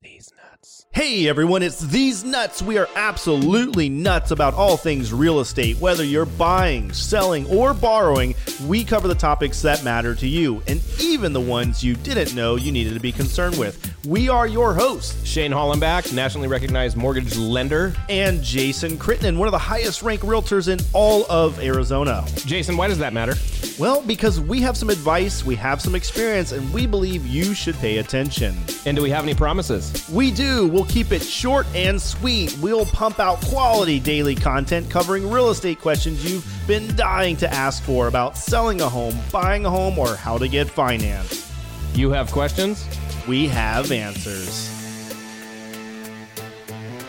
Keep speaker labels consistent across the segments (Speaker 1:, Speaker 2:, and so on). Speaker 1: These nuts.
Speaker 2: Hey everyone, it's These Nuts. We are absolutely nuts about all things real estate. Whether you're buying, selling, or borrowing, we cover the topics that matter to you and even the ones you didn't know you needed to be concerned with. We are your hosts
Speaker 1: Shane Hollenbach, nationally recognized mortgage lender.
Speaker 2: and Jason Crittenden, one of the highest ranked realtors in all of Arizona.
Speaker 1: Jason, why does that matter?
Speaker 2: Well, because we have some advice, we have some experience, and we believe you should pay attention.
Speaker 1: And do we have any promises?
Speaker 2: We do. We'll keep it short and sweet. We'll pump out quality daily content covering real estate questions you've been dying to ask for about selling a home, buying a home, or how to get financed.
Speaker 1: You have questions?
Speaker 2: We have answers.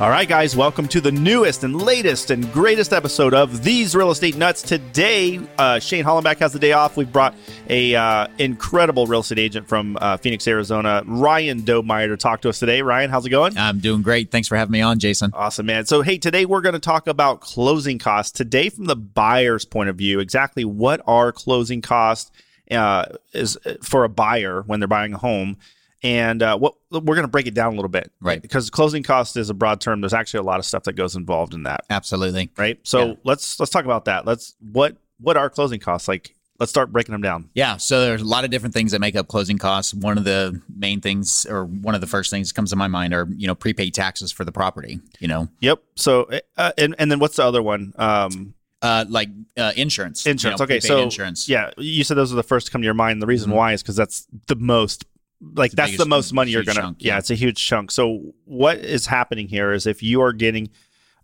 Speaker 2: All right, guys, welcome to the newest and latest and greatest episode of These Real Estate Nuts. Today, uh, Shane Hollenbach has the day off. We've brought a uh, incredible real estate agent from uh, Phoenix, Arizona, Ryan Domeyer, to talk to us today. Ryan, how's it going?
Speaker 3: I'm doing great. Thanks for having me on, Jason.
Speaker 2: Awesome, man. So, hey, today we're going to talk about closing costs. Today, from the buyer's point of view, exactly what are closing costs uh, is for a buyer when they're buying a home, and uh, what we're going to break it down a little bit,
Speaker 3: Right.
Speaker 2: Because closing cost is a broad term. There's actually a lot of stuff that goes involved in that,
Speaker 3: Absolutely.
Speaker 2: right? So
Speaker 3: Yeah.
Speaker 2: let's let's talk about that. Let's what what are closing costs like? Let's start breaking them down.
Speaker 3: Yeah. So there's a lot of different things that make up closing costs. One of the main things, or one of the first things that comes to my mind, are you know prepaid taxes for the property. You know,
Speaker 2: Yep. So uh, and and then what's the other one? Um,
Speaker 3: uh, like uh, insurance. you
Speaker 2: Insurance.
Speaker 3: know,
Speaker 2: okay,
Speaker 3: prepaid
Speaker 2: so
Speaker 3: insurance.
Speaker 2: yeah, you said those are the first to come to your mind. The reason
Speaker 3: Mhm.
Speaker 2: why is because that's the most, like
Speaker 3: It's the
Speaker 2: that's the
Speaker 3: biggest-
Speaker 2: most money you're
Speaker 3: huge
Speaker 2: gonna.
Speaker 3: chunk,
Speaker 2: yeah.
Speaker 3: yeah.
Speaker 2: it's a huge chunk. So what is happening here is if you are getting,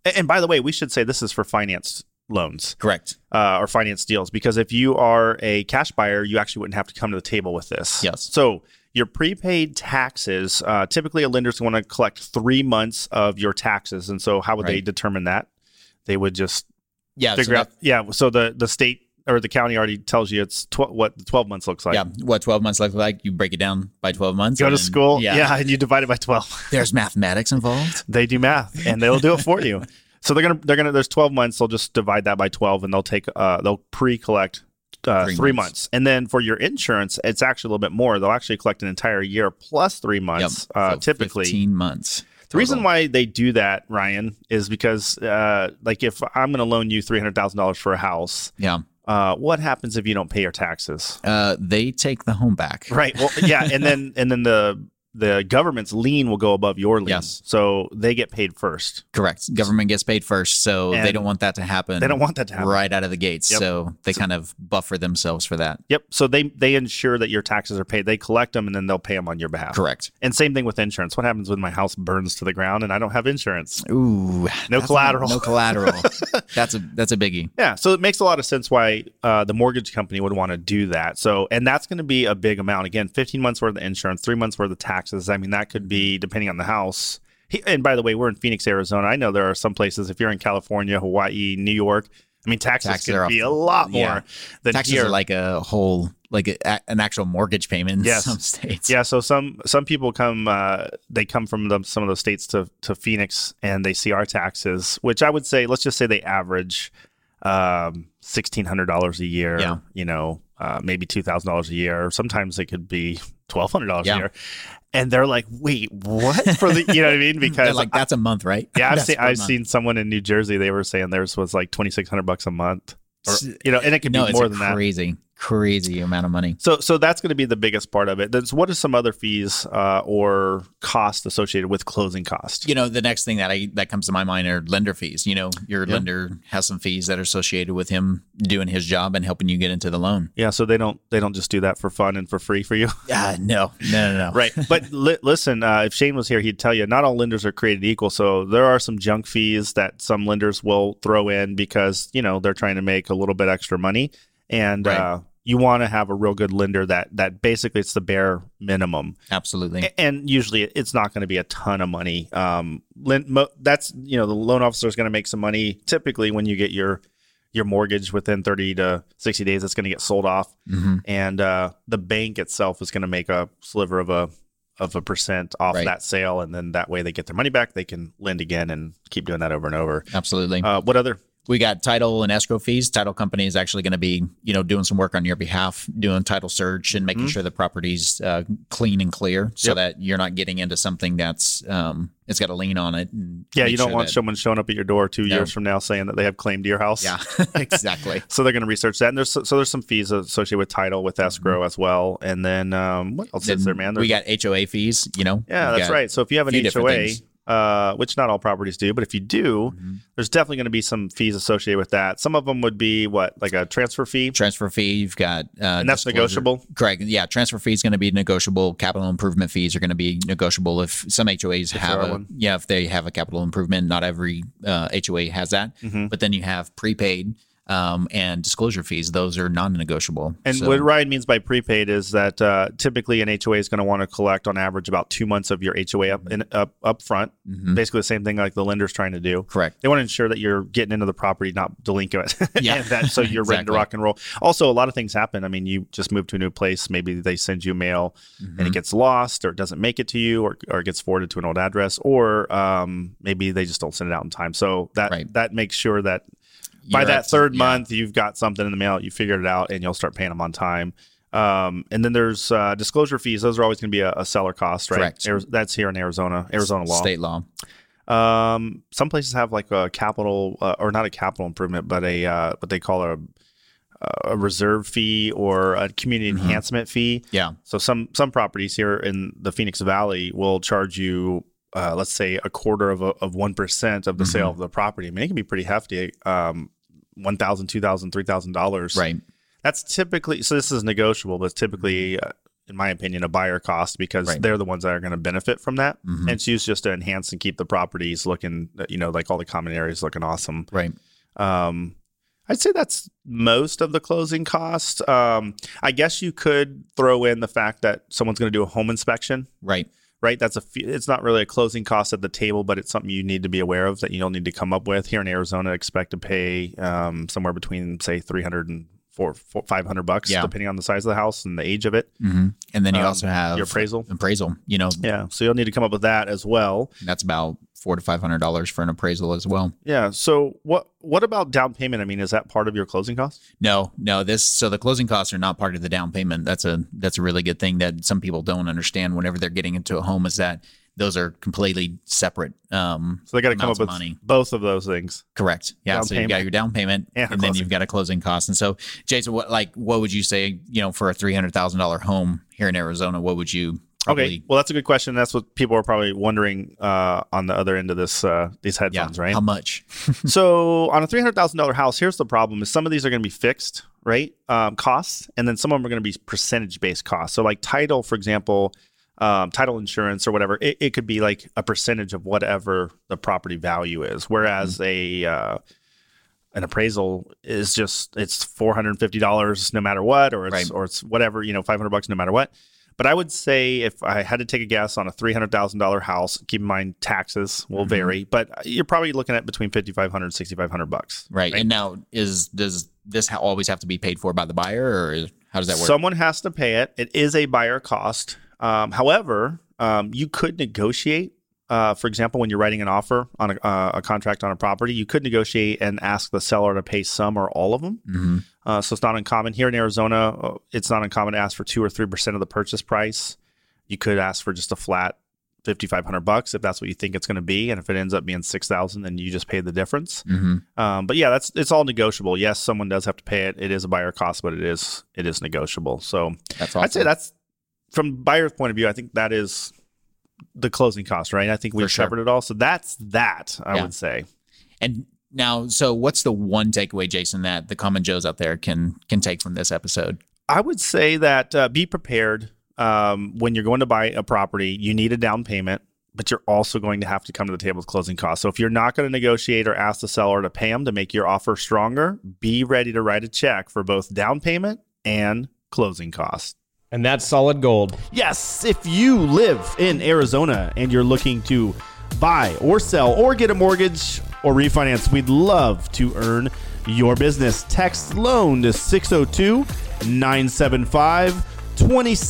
Speaker 2: a- and by the way, we should say this is for financed loans
Speaker 3: Correct.
Speaker 2: uh, or finance deals because if you are a cash buyer, you actually wouldn't have to come to the table with this.
Speaker 3: Yes.
Speaker 2: So your prepaid taxes, uh, typically a lender's going to collect three months of your taxes, and so how would they
Speaker 3: Right.
Speaker 2: determine that? They would just
Speaker 3: Yeah. so
Speaker 2: figure
Speaker 3: that-
Speaker 2: out. Yeah, so the the state or the county already tells you it's tw- what the twelve months looks like.
Speaker 3: yeah. What 12 months look like? You break it down by 12 months.
Speaker 2: Go
Speaker 3: and
Speaker 2: to
Speaker 3: then-
Speaker 2: school, yeah. and you divide it by twelve.
Speaker 3: There's mathematics involved.
Speaker 2: They do math, and they'll do it for you. So they're gonna they're gonna there's twelve months. They'll just divide that by twelve, and they'll take uh they'll pre collect uh, three,
Speaker 3: Three
Speaker 2: months.
Speaker 3: months.
Speaker 2: and then for your insurance, it's actually a little bit more. They'll actually collect an entire year plus three months.
Speaker 3: Yep.
Speaker 2: Uh,
Speaker 3: So
Speaker 2: typically,
Speaker 3: 15 months.
Speaker 2: The reason
Speaker 3: total.
Speaker 2: why they do that, Ryan, is because uh, like if I'm going to loan you three hundred thousand dollars for a house,
Speaker 3: Yeah.
Speaker 2: uh, what happens if you don't pay your taxes?
Speaker 3: Uh, they take the home back.
Speaker 2: Right. Well, yeah, and then and then the the government's lien will go above your lien.
Speaker 3: Yes.
Speaker 2: So they get paid first.
Speaker 3: Correct. Government gets paid first. So they
Speaker 2: And
Speaker 3: don't want that to happen.
Speaker 2: They don't want that to happen.
Speaker 3: right out of the gates.
Speaker 2: Yep.
Speaker 3: So they kind of buffer themselves for that.
Speaker 2: Yep. So they they ensure that your taxes are paid. They collect them and then they'll pay them on your behalf.
Speaker 3: Correct.
Speaker 2: And same thing with insurance. What happens when my house burns to the ground and I don't have insurance?
Speaker 3: Ooh,
Speaker 2: No
Speaker 3: that's
Speaker 2: collateral.
Speaker 3: a- no collateral. that's a that's a biggie.
Speaker 2: Yeah, so it makes a lot of sense why uh, the mortgage company would want to do that. So, and that's going to be a big amount. Again, 15 months worth of insurance, three months worth of taxes. I mean, that could be
Speaker 3: Mm-hmm.
Speaker 2: depending on the house. He, and by the way, we're in Phoenix, Arizona. I know there are some places, if you're in California, Hawaii, New York, I mean, taxes,
Speaker 3: Taxes
Speaker 2: could
Speaker 3: are
Speaker 2: be
Speaker 3: off-
Speaker 2: a lot more
Speaker 3: yeah.
Speaker 2: than
Speaker 3: Taxes
Speaker 2: here.
Speaker 3: are like a whole like a, a- an actual mortgage payment in
Speaker 2: Yes.
Speaker 3: some states.
Speaker 2: yeah, so some some people come uh, they come from the, some of those states to to Phoenix and they see our taxes, which I would say let's just say they average um, sixteen hundred dollars a year.
Speaker 3: Yeah.
Speaker 2: you know, uh, maybe two thousand dollars a year. Sometimes it could be twelve hundred dollars
Speaker 3: Yeah.
Speaker 2: a year, and they're like, "Wait, what?" For the you know what I mean?
Speaker 3: They're
Speaker 2: Because
Speaker 3: like that's a month, right?
Speaker 2: yeah, I've
Speaker 3: That's
Speaker 2: seen
Speaker 3: per
Speaker 2: I've
Speaker 3: month.
Speaker 2: seen someone in New Jersey. They were saying theirs was like twenty six hundred bucks a month, or, you know, and it could
Speaker 3: no,
Speaker 2: be
Speaker 3: it's
Speaker 2: more
Speaker 3: a
Speaker 2: than that.
Speaker 3: crazy, crazy amount of money.
Speaker 2: So, so that's going to be the biggest part of it. That's what are some other fees uh, or costs associated with closing costs?
Speaker 3: You know, the next thing that I that comes to my mind are lender fees. You know, your
Speaker 2: Yeah.
Speaker 3: lender has some fees that are associated with him doing his job and helping you get into the loan.
Speaker 2: Yeah, so they don't they don't just do that for fun and for free for you,
Speaker 3: Ah, no, no, no, no.
Speaker 2: right? But li- listen, uh, if Shane was here, he'd tell you not all lenders are created equal. So there are some junk fees that some lenders will throw in because you know they're trying to make a little bit extra money, and
Speaker 3: Right.
Speaker 2: uh, you want to have a real good lender that that basically it's the bare minimum.
Speaker 3: Absolutely.
Speaker 2: A- and usually it's not going to be a ton of money. Um, lend, mo- that's you know the loan officer is going to make some money typically when you get your your mortgage within 30 to 60 days. It's going to get sold off,
Speaker 3: hmm
Speaker 2: and uh, the bank itself is going to make a sliver of a of a percent off
Speaker 3: Right.
Speaker 2: that sale, and then that way they get their money back. They can lend again and keep doing that over and over.
Speaker 3: Absolutely.
Speaker 2: Uh, what other?
Speaker 3: we got title and escrow fees. Title company is actually going to be, you know, doing some work on your behalf, doing title search and making sure the property's uh, clean and clear, so
Speaker 2: Mm-hmm. Yep.
Speaker 3: that you're not getting into something that's um, it's got a lien on it. And
Speaker 2: Yeah,
Speaker 3: make
Speaker 2: you don't
Speaker 3: sure
Speaker 2: want
Speaker 3: that-
Speaker 2: someone showing up at your door two
Speaker 3: No.
Speaker 2: years from now saying that they have claim to your house.
Speaker 3: Yeah, exactly.
Speaker 2: So they're going to research that, and there's so there's some fees associated with title, with escrow as well, and then um, what else is
Speaker 3: Mm-hmm. Then
Speaker 2: there, man?
Speaker 3: we
Speaker 2: There's-
Speaker 3: got HOA fees. You know.
Speaker 2: yeah,
Speaker 3: We've
Speaker 2: that's
Speaker 3: got-
Speaker 2: right. So if you have an
Speaker 3: few different
Speaker 2: HOA,
Speaker 3: things.
Speaker 2: uh, which not all properties do, but if you do,
Speaker 3: Mhm.
Speaker 2: there's definitely going to be some fees associated with that. Some of them would be what, like a transfer fee,
Speaker 3: Transfer fee. You've got uh,
Speaker 2: and that's
Speaker 3: disclosure-
Speaker 2: negotiable.
Speaker 3: Correct. Yeah, transfer fee is going to be negotiable. Capital improvement fees are going to be negotiable if some HOAs have
Speaker 2: there are
Speaker 3: a,
Speaker 2: one.
Speaker 3: yeah if they have a capital improvement. Not every uh, HOA has that,
Speaker 2: Mhm.
Speaker 3: but then you have prepaid um, and disclosure fees. Those are non-negotiable.
Speaker 2: And
Speaker 3: So-
Speaker 2: what Ryan means by prepaid is that uh, typically an HOA is going to want to collect on average about two months of your HOA up in, up up front.
Speaker 3: Mhm.
Speaker 2: Basically, the same thing like the lender's trying to do.
Speaker 3: correct.
Speaker 2: They want to ensure that you're getting into the property, not delinquent.
Speaker 3: Yeah.
Speaker 2: and that so you're ready to
Speaker 3: Exactly.
Speaker 2: rock and roll. Also, a lot of things happen. I mean, you just move to a new place. Maybe they send you mail and
Speaker 3: Mhm.
Speaker 2: it gets lost, or it doesn't make it to you, or, or it gets forwarded to an old address, or um, maybe they just don't send it out in time. So that
Speaker 3: Right.
Speaker 2: that makes sure that by
Speaker 3: You're
Speaker 2: that
Speaker 3: at-
Speaker 2: third
Speaker 3: yeah.
Speaker 2: month, you've got something in the mail. You figured it out, and you'll start paying them on time. Um, and then there's uh, disclosure fees. Those are always going to be a, a seller cost, right?
Speaker 3: Correct.
Speaker 2: Ari- that's here in Arizona, Arizona law.
Speaker 3: state law.
Speaker 2: Um, some places have like a capital, uh, or not a capital improvement, but a uh, what they call a a reserve fee or a community
Speaker 3: Mhm.
Speaker 2: enhancement fee.
Speaker 3: Yeah.
Speaker 2: So some some properties here in the Phoenix Valley will charge you, uh, let's say, a quarter of a, of one percent of the sale
Speaker 3: Mm-hmm.
Speaker 2: of the property. I mean, it can be pretty hefty. Um, one thousand, two thousand, three thousand dollars.
Speaker 3: Right.
Speaker 2: That's typically so. This is negotiable, but it's typically, uh, in my opinion, a buyer cost because
Speaker 3: Mm-hmm. Right.
Speaker 2: they're the ones that are going to benefit from that.
Speaker 3: Mhm.
Speaker 2: And it's used just to enhance and keep the properties looking, uh, you know, like all the common areas looking awesome.
Speaker 3: Right.
Speaker 2: Um, I'd say that's most of the closing cost. Um, I guess you could throw in the fact that someone's going to do a home inspection,
Speaker 3: Right.
Speaker 2: right? That's a fe- it's not really a closing cost at the table, but it's something you need to be aware of that you'll need to come up with. Here in Arizona, expect to pay um, somewhere between say 300 and four, four, 500 bucks,
Speaker 3: Yeah.
Speaker 2: depending on the size of the house and the age of it,
Speaker 3: Mhm. And then you
Speaker 2: Um,
Speaker 3: also have
Speaker 2: your appraisal.
Speaker 3: appraisal. You know,
Speaker 2: Yeah, so you'll need to come up with that as well.
Speaker 3: that's about four to five hundred dollars for an appraisal as well.
Speaker 2: Yeah. So what what about down payment? I mean, is that part of your closing cost?
Speaker 3: No, no. This so the closing costs are not part of the down payment. That's a that's a really good thing that some people don't understand whenever they're getting into a home is that those are completely separate. Um,
Speaker 2: So they got to come up
Speaker 3: Amounts
Speaker 2: with
Speaker 3: of money.
Speaker 2: both of those things.
Speaker 3: correct. Yeah.
Speaker 2: Down
Speaker 3: so you've got your down payment,
Speaker 2: And
Speaker 3: and,
Speaker 2: a
Speaker 3: then
Speaker 2: closing.
Speaker 3: you've got a closing cost. And so, Jason, what like what would you say? You know, for a three hundred thousand dollar home here in Arizona, what would you? Probably,
Speaker 2: Okay. Well, that's a good question. That's what people are probably wondering uh, on the other end of this uh, these
Speaker 3: Yeah.
Speaker 2: headphones, right?
Speaker 3: How much?
Speaker 2: so on a three hundred thousand dollar house, here's the problem: is some of these are going to be fixed, right? Um, costs, and then some of them are going to be percentage based costs. So like title, for example, um, title insurance or whatever, it, it could be like a percentage of whatever the property value is. Whereas a uh, an appraisal is just it's four hundred and fifty dollars no matter what, or it's
Speaker 3: Right.
Speaker 2: or it's whatever you know five hundred bucks no matter what. But I would say if I had to take a guess on a three hundred thousand dollar house, keep in mind taxes will
Speaker 3: Mhm.
Speaker 2: vary, but you're probably looking at between fifty five hundred and sixty five hundred bucks.
Speaker 3: Right. And now is does this ha- always have to be paid for by the buyer, or is- how does that work?
Speaker 2: Someone has to pay it. It is a buyer cost. Um, however, um, you could negotiate. Uh, for example, when you're writing an offer on a, uh, a contract on a property, you could negotiate and ask the seller to pay some or all of them.
Speaker 3: hmm
Speaker 2: Uh, so it's not uncommon here in Arizona. uh, It's not uncommon to ask for two or three percent of the purchase price. You could ask for just a flat fifty five hundred bucks if that's what you think it's going to be, and if it ends up being six thousand, then you just pay the difference.
Speaker 3: hmm
Speaker 2: Um, but yeah, that's it's all negotiable. Yes, someone does have to pay it. It is a buyer cost, but it is it is negotiable. So
Speaker 3: That's awesome.
Speaker 2: I'd say that's from buyer's point of view. I think that is the closing cost, right? I think we've
Speaker 3: For sure.
Speaker 2: covered it all. So that's that. I
Speaker 3: Yeah.
Speaker 2: would say.
Speaker 3: And now, so what's the one takeaway, Jason, that the common Joes out there can can take from this episode?
Speaker 2: I would say that uh, be prepared um, when you're going to buy a property. You need a down payment, but you're also going to have to come to the table with closing costs. So if you're not going to negotiate or ask the seller to pay them to make your offer stronger, be ready to write a check for both down payment and closing costs.
Speaker 1: And that's solid gold.
Speaker 2: Yes, if you live in Arizona and you're looking to buy or sell or get a mortgage or refinance, we'd love to earn your business. Text loan to 602 975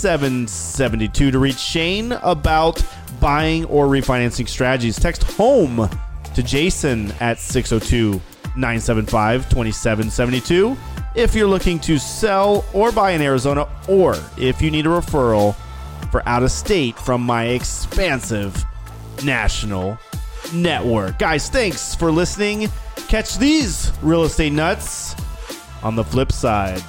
Speaker 2: 2772 to reach Shane about oh buying or refinancing strategies. Text home to Jason at 602 975 2772. If you're looking to sell or buy in Arizona, or if you need a referral for out of state from my expansive national network. Guys, thanks for listening. Catch these real estate nuts on the flip side.